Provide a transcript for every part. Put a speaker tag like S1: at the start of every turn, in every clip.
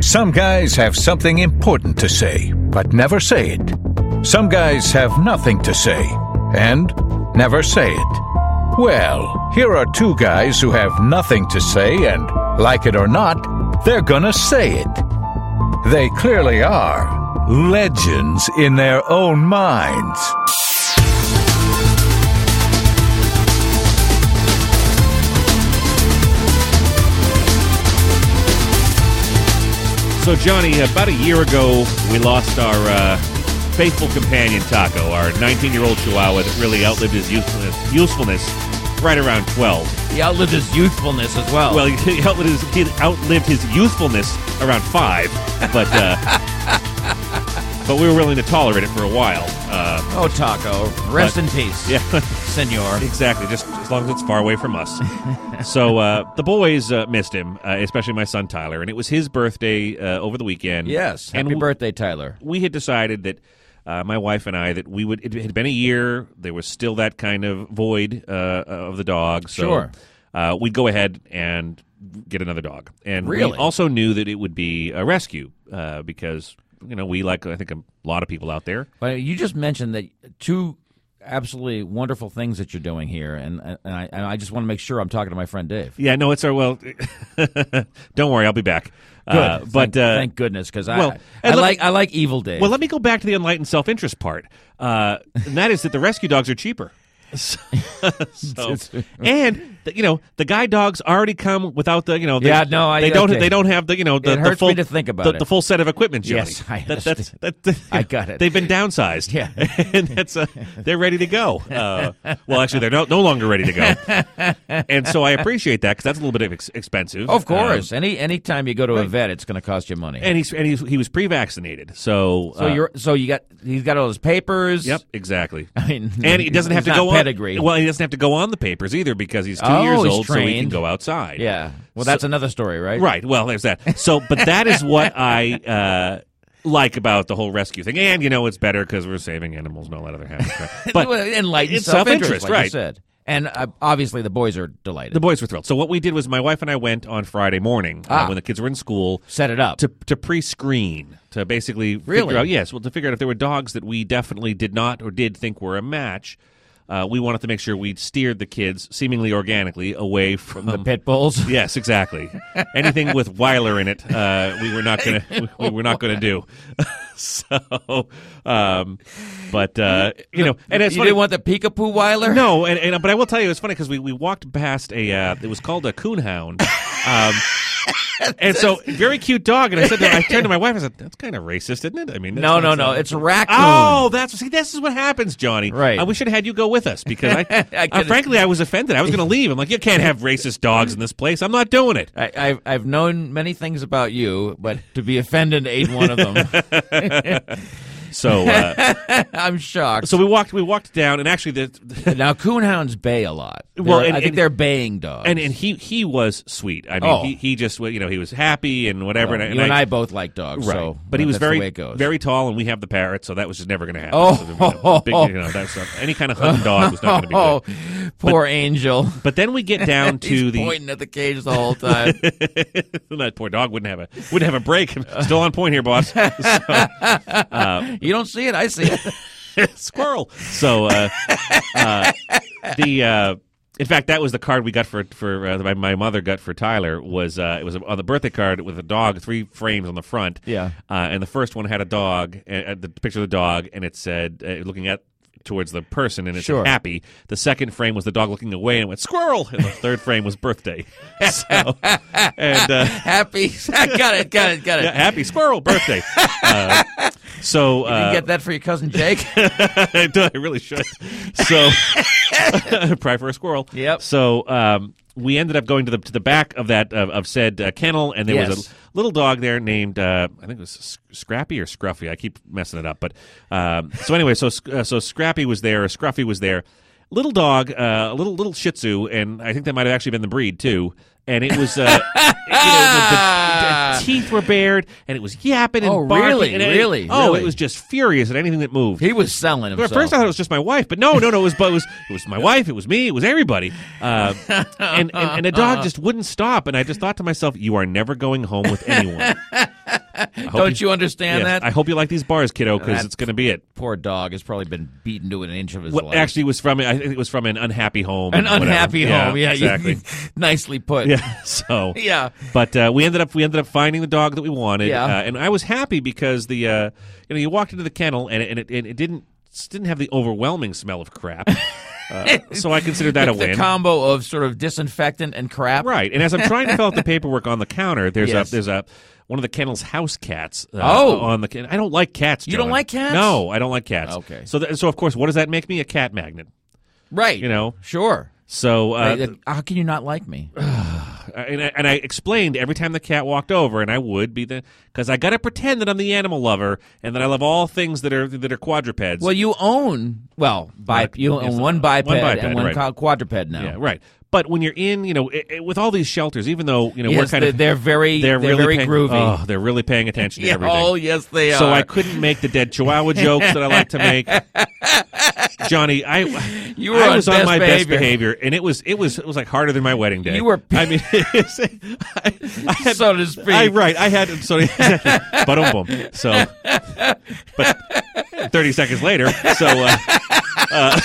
S1: Some guys have something important to say, but never say it. Some guys have nothing to say, and never say it. Well, here are two guys who have nothing to say, and like it or not, they're gonna say it. They clearly are legends in their own minds.
S2: So, Johnny, about a year ago, we lost our uh, faithful companion, Taco, our 19 year old Chihuahua that really outlived his usefulness, usefulness right around 12.
S3: He outlived his youthfulness as well.
S2: Well, he outlived his, he outlived his youthfulness around 5, but. Uh, But we were willing to tolerate it for a while. Uh,
S3: oh, Taco, rest
S2: But-
S3: in peace,
S2: yeah,
S3: senor.
S2: Exactly, just as long as it's far away from us. so uh, the boys uh, missed him, uh, especially my son Tyler, and it was his birthday uh, over the weekend.
S3: Yes,
S2: and
S3: happy
S2: w-
S3: birthday, Tyler.
S2: we had decided that uh, my wife and I that we would. It had been a year. There was still that kind of void uh, of the dog. So,
S3: Sure.
S2: Uh, we'd go ahead and get another dog, and we
S3: Really?
S2: also knew that it would be a rescue uh, because you know we like I think a lot of people out there.
S3: But you just mentioned that two absolutely wonderful things that you're doing here, and and I, and I just want to make sure I'm talking to my friend Dave.
S2: Yeah, no, it's our well. don't worry, I'll be back. Uh,
S3: Good.
S2: but
S3: thank,
S2: uh,
S3: thank goodness, because
S2: well,
S3: I,
S2: and
S3: I
S2: let
S3: like I like Evil Dave.
S2: Well, let me go back to the enlightened self interest part, uh, and that is that the rescue dogs are cheaper. So- so- and the, you know the guide dogs already come without the you know they,
S3: Yeah, no, I-
S2: they don't
S3: okay.
S2: they don't have the you know the,
S3: It
S2: the
S3: hurts me
S2: full
S3: to think about
S2: the,
S3: it.
S2: the full set of equipment. Johnny.
S3: Yes, I
S2: That- that's
S3: understand.
S2: that,
S3: I got it.
S2: They've been downsized.
S3: Yeah.
S2: and that's uh, they're ready to go. Uh, well, actually, they're no, no longer ready to go. and so I appreciate that because that's a little bit of ex- expensive. Um,
S3: of course, any any time you go to a vet, it's going to cost you money.
S2: and he's and he's, he was pre-vaccinated, so
S3: so
S2: uh,
S3: you're so you got he's got all his papers.
S2: Yep, exactly.
S3: I mean,
S2: and he doesn't have
S3: he's
S2: to
S3: not
S2: go
S3: pedigree.
S2: on. Well, he doesn't have to go on the papers either because he's two
S3: Oh,
S2: years
S3: he's
S2: old, so he can
S3: trained.
S2: go outside.
S3: yeah. Well, that's another story, right?
S2: Right. Well, there's that. So, but that is what I uh, like about the whole rescue thing, and you know, it's better because we're saving animals and all that other happy crap. But
S3: Well, enlightened
S2: it's self-interest,
S3: self-interest, like you
S2: right.
S3: said. And uh, obviously, the boys are delighted.
S2: the boys were thrilled. So what we did was my wife and I went on Friday morning uh,
S3: Ah.
S2: when the kids were in school
S3: Set it up.
S2: to to pre-screen to basically
S3: Really?
S2: figure out yes well to figure out if there were dogs that we definitely did not or did think were a match uh, we wanted to make sure we steered the kids seemingly organically away from,
S3: the pit bulls.
S2: yes exactly anything with Weiler in it uh, we were not gonna we, we were not gonna do so um, but uh, you know and it's
S3: you
S2: funny
S3: didn't want the peekapoo Weiler?
S2: no, and, and but I will tell you, it's funny because we, we walked past a uh, it was called a coonhound, um, and so very cute dog. And I said, to, I turned to my wife, I said, "That's kind of racist, isn't it?" I mean, that's
S3: No,
S2: not-
S3: no, no. It's a raccoon.
S2: Oh, that's see. This is what happens, Johnny.
S3: Right.
S2: Uh, we should have had you go with us because I,
S3: I
S2: uh,
S3: could've-
S2: frankly, I was offended. I was going to leave. I'm like, you can't have racist dogs in this place. I'm not doing it.
S3: I, I've I've known many things about you, but to be offended ain't one of them.
S2: So, uh,
S3: I'm shocked.
S2: so we walked. We walked down, and actually, the,
S3: now coonhounds bay a lot. They're-
S2: Well, and-
S3: I think
S2: and-
S3: they're baying dogs.
S2: and and he he was sweet. I mean,
S3: Oh.
S2: he, he just you know he was happy and whatever.
S3: you and I, both like dogs,
S2: Right.
S3: so
S2: but he was
S3: that's the
S2: very,
S3: way it goes.
S2: very tall, and we have the parrot, so that was just never going to happen.
S3: Oh.
S2: So, you know, big- you know, that's not- any kind of hunting dog was not going to be
S3: Oh,
S2: good.
S3: poor angel.
S2: But then we get down to
S3: He's
S2: the
S3: pointing at the cage the whole time.
S2: that poor dog wouldn't have a wouldn't have a break. Still on point here, boss.
S3: you don't see it, I see it.
S2: Squirrel. So uh, uh, the. Uh, in fact, that was the card we got for for uh, my, my mother got for Tyler was uh, it was on the birthday card with a dog, three frames on the front.
S3: Yeah.
S2: uh, and the first one had a dog, uh, uh, the picture of the dog, and it said uh, looking at towards the person, and it
S3: Sure.
S2: said happy. The second frame was the dog looking away, and it went squirrel. And the third frame was birthday. So and. Uh,
S3: Happy. got it. Got it. Got it.
S2: yeah, happy squirrel birthday! Uh, so
S3: you
S2: uh,
S3: can get that for your cousin Jake.
S2: I do- I really should. So pry for a squirrel.
S3: Yep.
S2: So um, we ended up going to the to the back of that of, of said uh, kennel, and there was
S3: Yes.
S2: a little dog there named uh, I think it was S- Scrappy or Scruffy. I keep messing it up, but um, so anyway, so Sc- uh, so Scrappy was there, Scruffy was there. Little dog, uh, a little little Shih Tzu, and I think that might have actually been the breed too. And it was, uh, you know, the, the- the teeth were bared, and it was yapping and
S3: Oh,
S2: barking.
S3: really?
S2: and it-
S3: Really?
S2: Oh,
S3: Really?
S2: it was just furious at anything that moved.
S3: he was selling
S2: Well,
S3: himself.
S2: At first, I thought it was just my wife, but no, no, no. It was, but it was, it was my wife. It was me. It was everybody. Uh, and, and and the dog just wouldn't stop. And I just thought to myself, "You are never going home with anyone."
S3: Don't you understand
S2: Yeah,
S3: that?
S2: I hope you like these bars, kiddo, because
S3: That-
S2: it's going to be it.
S3: Poor dog has probably been beaten to an inch of his
S2: Well,
S3: life.
S2: actually, it was from I think it was from an unhappy home.
S3: an
S2: and whatever.
S3: unhappy home. Yeah, you-
S2: exactly.
S3: nicely put.
S2: yeah, so
S3: Yeah.
S2: But uh, we ended up we ended up finding the dog that we wanted,
S3: Yeah.
S2: uh, and I was happy because the uh, you know you walked into the kennel and it, and it, and it didn't didn't have the overwhelming smell of crap, uh, so I considered that a
S3: the
S2: win.
S3: combo of sort of disinfectant and crap.
S2: Right. And as I'm trying to fill out the paperwork on the counter, there's
S3: Yes.
S2: a there's a one of the kennel's house cats. Uh,
S3: Oh.
S2: on the I don't like cats.
S3: You don't
S2: John.
S3: like cats?
S2: No, I don't like cats.
S3: Okay.
S2: So th- so of course, what does that make me? A cat magnet.
S3: right.
S2: You know.
S3: sure.
S2: So uh,
S3: Hey, uh, how can you not like me?
S2: and, I, and I explained every time the cat walked over, and I would be the because I got to pretend that I'm the animal lover and that I love all things that are that are quadrupeds.
S3: Well, you own well, bi-
S2: Right.
S3: you
S2: Yes, uh,
S3: own one
S2: one
S3: biped,
S2: biped,
S3: and one
S2: right.
S3: co- quadruped now.
S2: yeah, right. But when you're in, you know, i i with all these shelters, even though you know we're
S3: Yes,
S2: kind
S3: they're,
S2: of
S3: they're very
S2: they're, really
S3: very
S2: paying-
S3: groovy.
S2: Oh, they're really paying attention to
S3: Yeah,
S2: everything.
S3: oh yes, they
S2: so
S3: are.
S2: I couldn't make the dead chihuahua jokes that I like to make. Johnny, I
S3: You were
S2: I
S3: on
S2: was on
S3: best
S2: my best
S3: behavior.
S2: behavior, and it was it was it was like harder than my wedding day.
S3: You were-
S2: I mean, it's- I, I had,
S3: so to speak.
S2: I, right, I had so but um bum. So, but thirty seconds later, so. Uh, uh,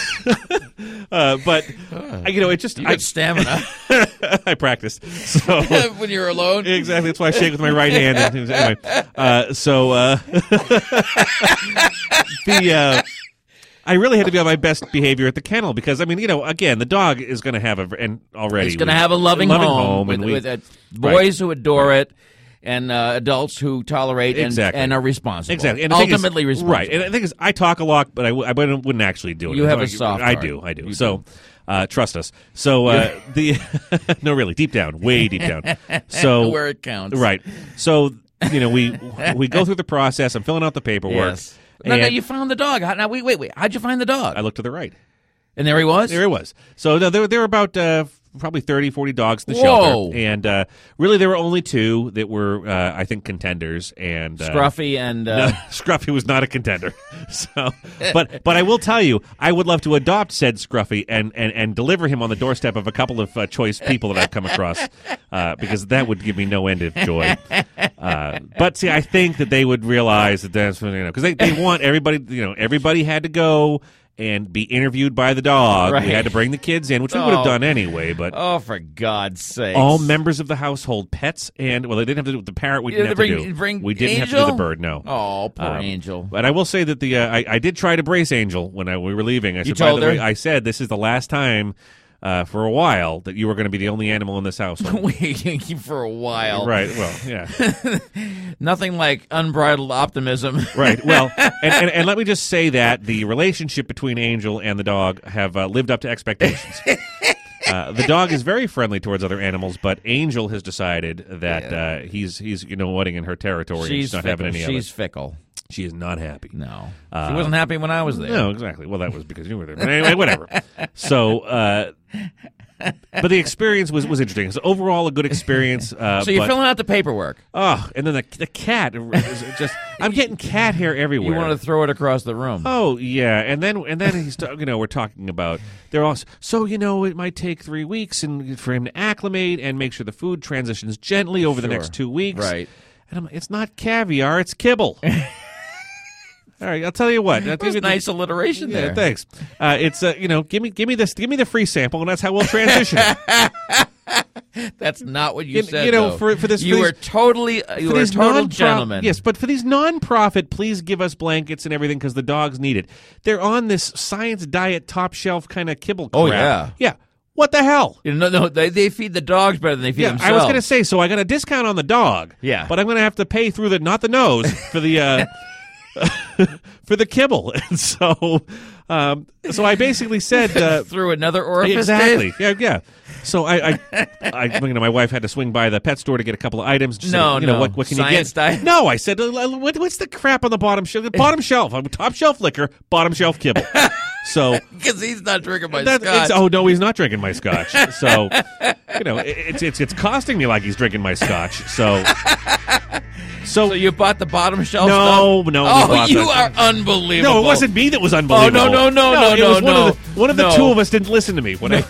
S2: uh, but I- you know, it just
S3: You
S2: I,
S3: got stamina
S2: I practiced. So
S3: when you're alone.
S2: Exactly. That's why I shake with my right hand. And- Anyway, uh, so uh, the uh, I really had to be on my best behavior at the kennel because I mean, you know, again, the dog is going to have a and already
S3: It's going to
S2: we-
S3: have a loving, home,
S2: and
S3: with,
S2: we-
S3: with, uh, boys who adore it and uh, adults who tolerate and,
S2: Exactly.
S3: and are responsible.
S2: Exactly. And the thing is-
S3: ultimately responsible.
S2: Right. And the thing is, I talk a lot, but I, w- I wouldn't wouldn't actually do it.
S3: You have
S2: I,
S3: a soft
S2: I
S3: heart.
S2: do. I do.
S3: You
S2: so, Uh, trust us. So uh, the no, really, deep down, way deep down. So
S3: Where it counts.
S2: Right. So you know, we we go through the process. I'm filling out the paperwork.
S3: Yes. No, no,
S2: and
S3: you found the dog. How, now, wait, wait, wait. How'd you find the dog?
S2: I look to the right.
S3: and there he was.
S2: There it was. So no, there, there were about uh, probably 30, 40 dogs at the
S3: Whoa.
S2: shelter. And uh, really, there were only two that were, uh, I think, contenders. And uh,
S3: Scruffy and
S2: no,
S3: uh,
S2: Scruffy was not a contender. So, but but I will tell you, I would love to adopt said Scruffy and and, and deliver him on the doorstep of a couple of uh, choice people that I've come across, uh, because that would give me no end of joy. Uh, but see, I think that they would realize that that's you know because they, they want everybody you know everybody had to go and be interviewed by the dog.
S3: Right.
S2: We had to bring the kids in, which we would have
S3: Oh.
S2: done anyway, but.
S3: oh, for God's sake!
S2: All members of the household, pets, and well, they didn't have to do it with the parrot. We
S3: You
S2: didn't have
S3: had to
S2: to
S3: bring-
S2: do.
S3: bring
S2: we didn't have to do
S3: Angel?
S2: the bird. No.
S3: oh, poor
S2: Um,
S3: angel.
S2: But I will say that the uh, I, I did try to brace Angel when I, we were leaving. I said,
S3: told
S2: by the
S3: her?
S2: way, I said this is the last time uh, for a while that you were going to be the only animal in this house.
S3: Waiting for a while.
S2: right. Well, yeah.
S3: Nothing like unbridled optimism.
S2: Right. Well, and, and, and let me just say that the relationship between Angel and the dog have uh, lived up to expectations. Uh, the dog is very friendly towards other animals, but Angel has decided that uh, he's he's you know whatting in her territory. and
S3: she's
S2: she's not
S3: fickle.
S2: having any
S3: she's
S2: of
S3: fickle.
S2: it. She is not happy.
S3: No, she
S2: Uh,
S3: wasn't happy when I was there.
S2: No, exactly. Well, that was because you were there. But anyway, whatever. So, uh, but the experience was, was interesting. It's overall a good experience. Uh,
S3: So you're
S2: but,
S3: filling out the paperwork.
S2: oh, and then the the cat is just. I'm getting cat hair everywhere.
S3: You want to throw it across the room.
S2: Oh yeah, and then and then he's talk- you know we're talking about they're all so you know it might take three weeks and for him to acclimate and make sure the food transitions gently over the
S3: Sure.
S2: next two weeks.
S3: Right.
S2: And I'm like, it's not caviar, it's kibble. all right, I'll tell you what. I'll give
S3: There's
S2: you the-
S3: nice alliteration
S2: yeah,
S3: there.
S2: thanks. Uh, it's uh, you know, give me give me this, give me the free sample, and that's how we'll transition. it.
S3: That's not what you,
S2: You-
S3: said.
S2: you know,
S3: though.
S2: for- for this-
S3: you
S2: for
S3: were
S2: these-
S3: totally, you
S2: For
S3: were a
S2: these
S3: total
S2: non-pro-
S3: gentleman.
S2: Yes, but for these non-profit, please give us blankets and everything because the dogs need it. They're on this science diet, top shelf kind of kibble.
S3: Oh,
S2: crap. yeah. What the hell?
S3: You know, no, they, they feed the dogs better than they feed
S2: Yeah,
S3: themselves.
S2: I was going to say. So I got a discount on the dog.
S3: Yeah.
S2: but I'm going to have to pay through the not the nose for the uh, for the kibble, and so um, so I basically said. Uh,
S3: through another orifice. Dave?
S2: Exactly. Yeah, yeah. So I, I, I, you know, my wife had to swing by the pet store to get a couple of items. Just
S3: No,
S2: said, you know,
S3: no.
S2: What, what can
S3: Science
S2: you get?
S3: diet.
S2: No, I said, "L- l- what, what's the crap on the bottom shelf? Bottom shelf. I'm top shelf liquor. Bottom shelf kibble. So.
S3: Because he's not drinking my
S2: That,
S3: scotch.
S2: it's, oh no, he's not drinking my scotch. So, you know, it, it's it's it's costing me like he's drinking my scotch. So, so,
S3: so you bought the bottom shelf
S2: No,
S3: stuff?
S2: no, we
S3: Oh,
S2: bought
S3: you
S2: that.
S3: are unbelievable.
S2: no, it wasn't me that was unbelievable.
S3: Oh, no, no, no, no,
S2: it was
S3: no,
S2: one
S3: no.
S2: of the, one of the
S3: No.
S2: two of us didn't listen to me when I.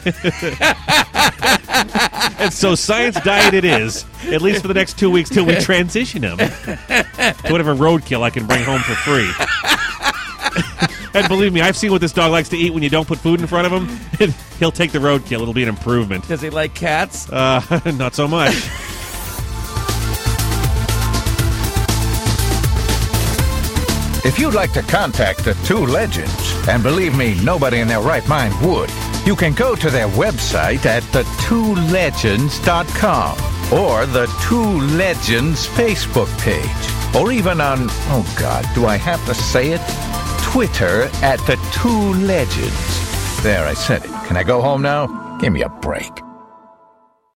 S2: and so science diet it is, at least for the next two weeks till we transition him to whatever roadkill I can bring home for free. and believe me, I've seen what this dog likes to eat when you don't put food in front of him. And he'll take the roadkill. It'll be an improvement.
S4: Does he like cats?
S2: Uh, not so much.
S1: If you'd like to contact the two legends, and believe me, nobody in their right mind would, you can go to their website at thetwolegends.com or the Two Legends Facebook page, or even on, oh God, do I have to say it? Twitter at the Two Legends. There, I said it. Can I go home now? Give me a break.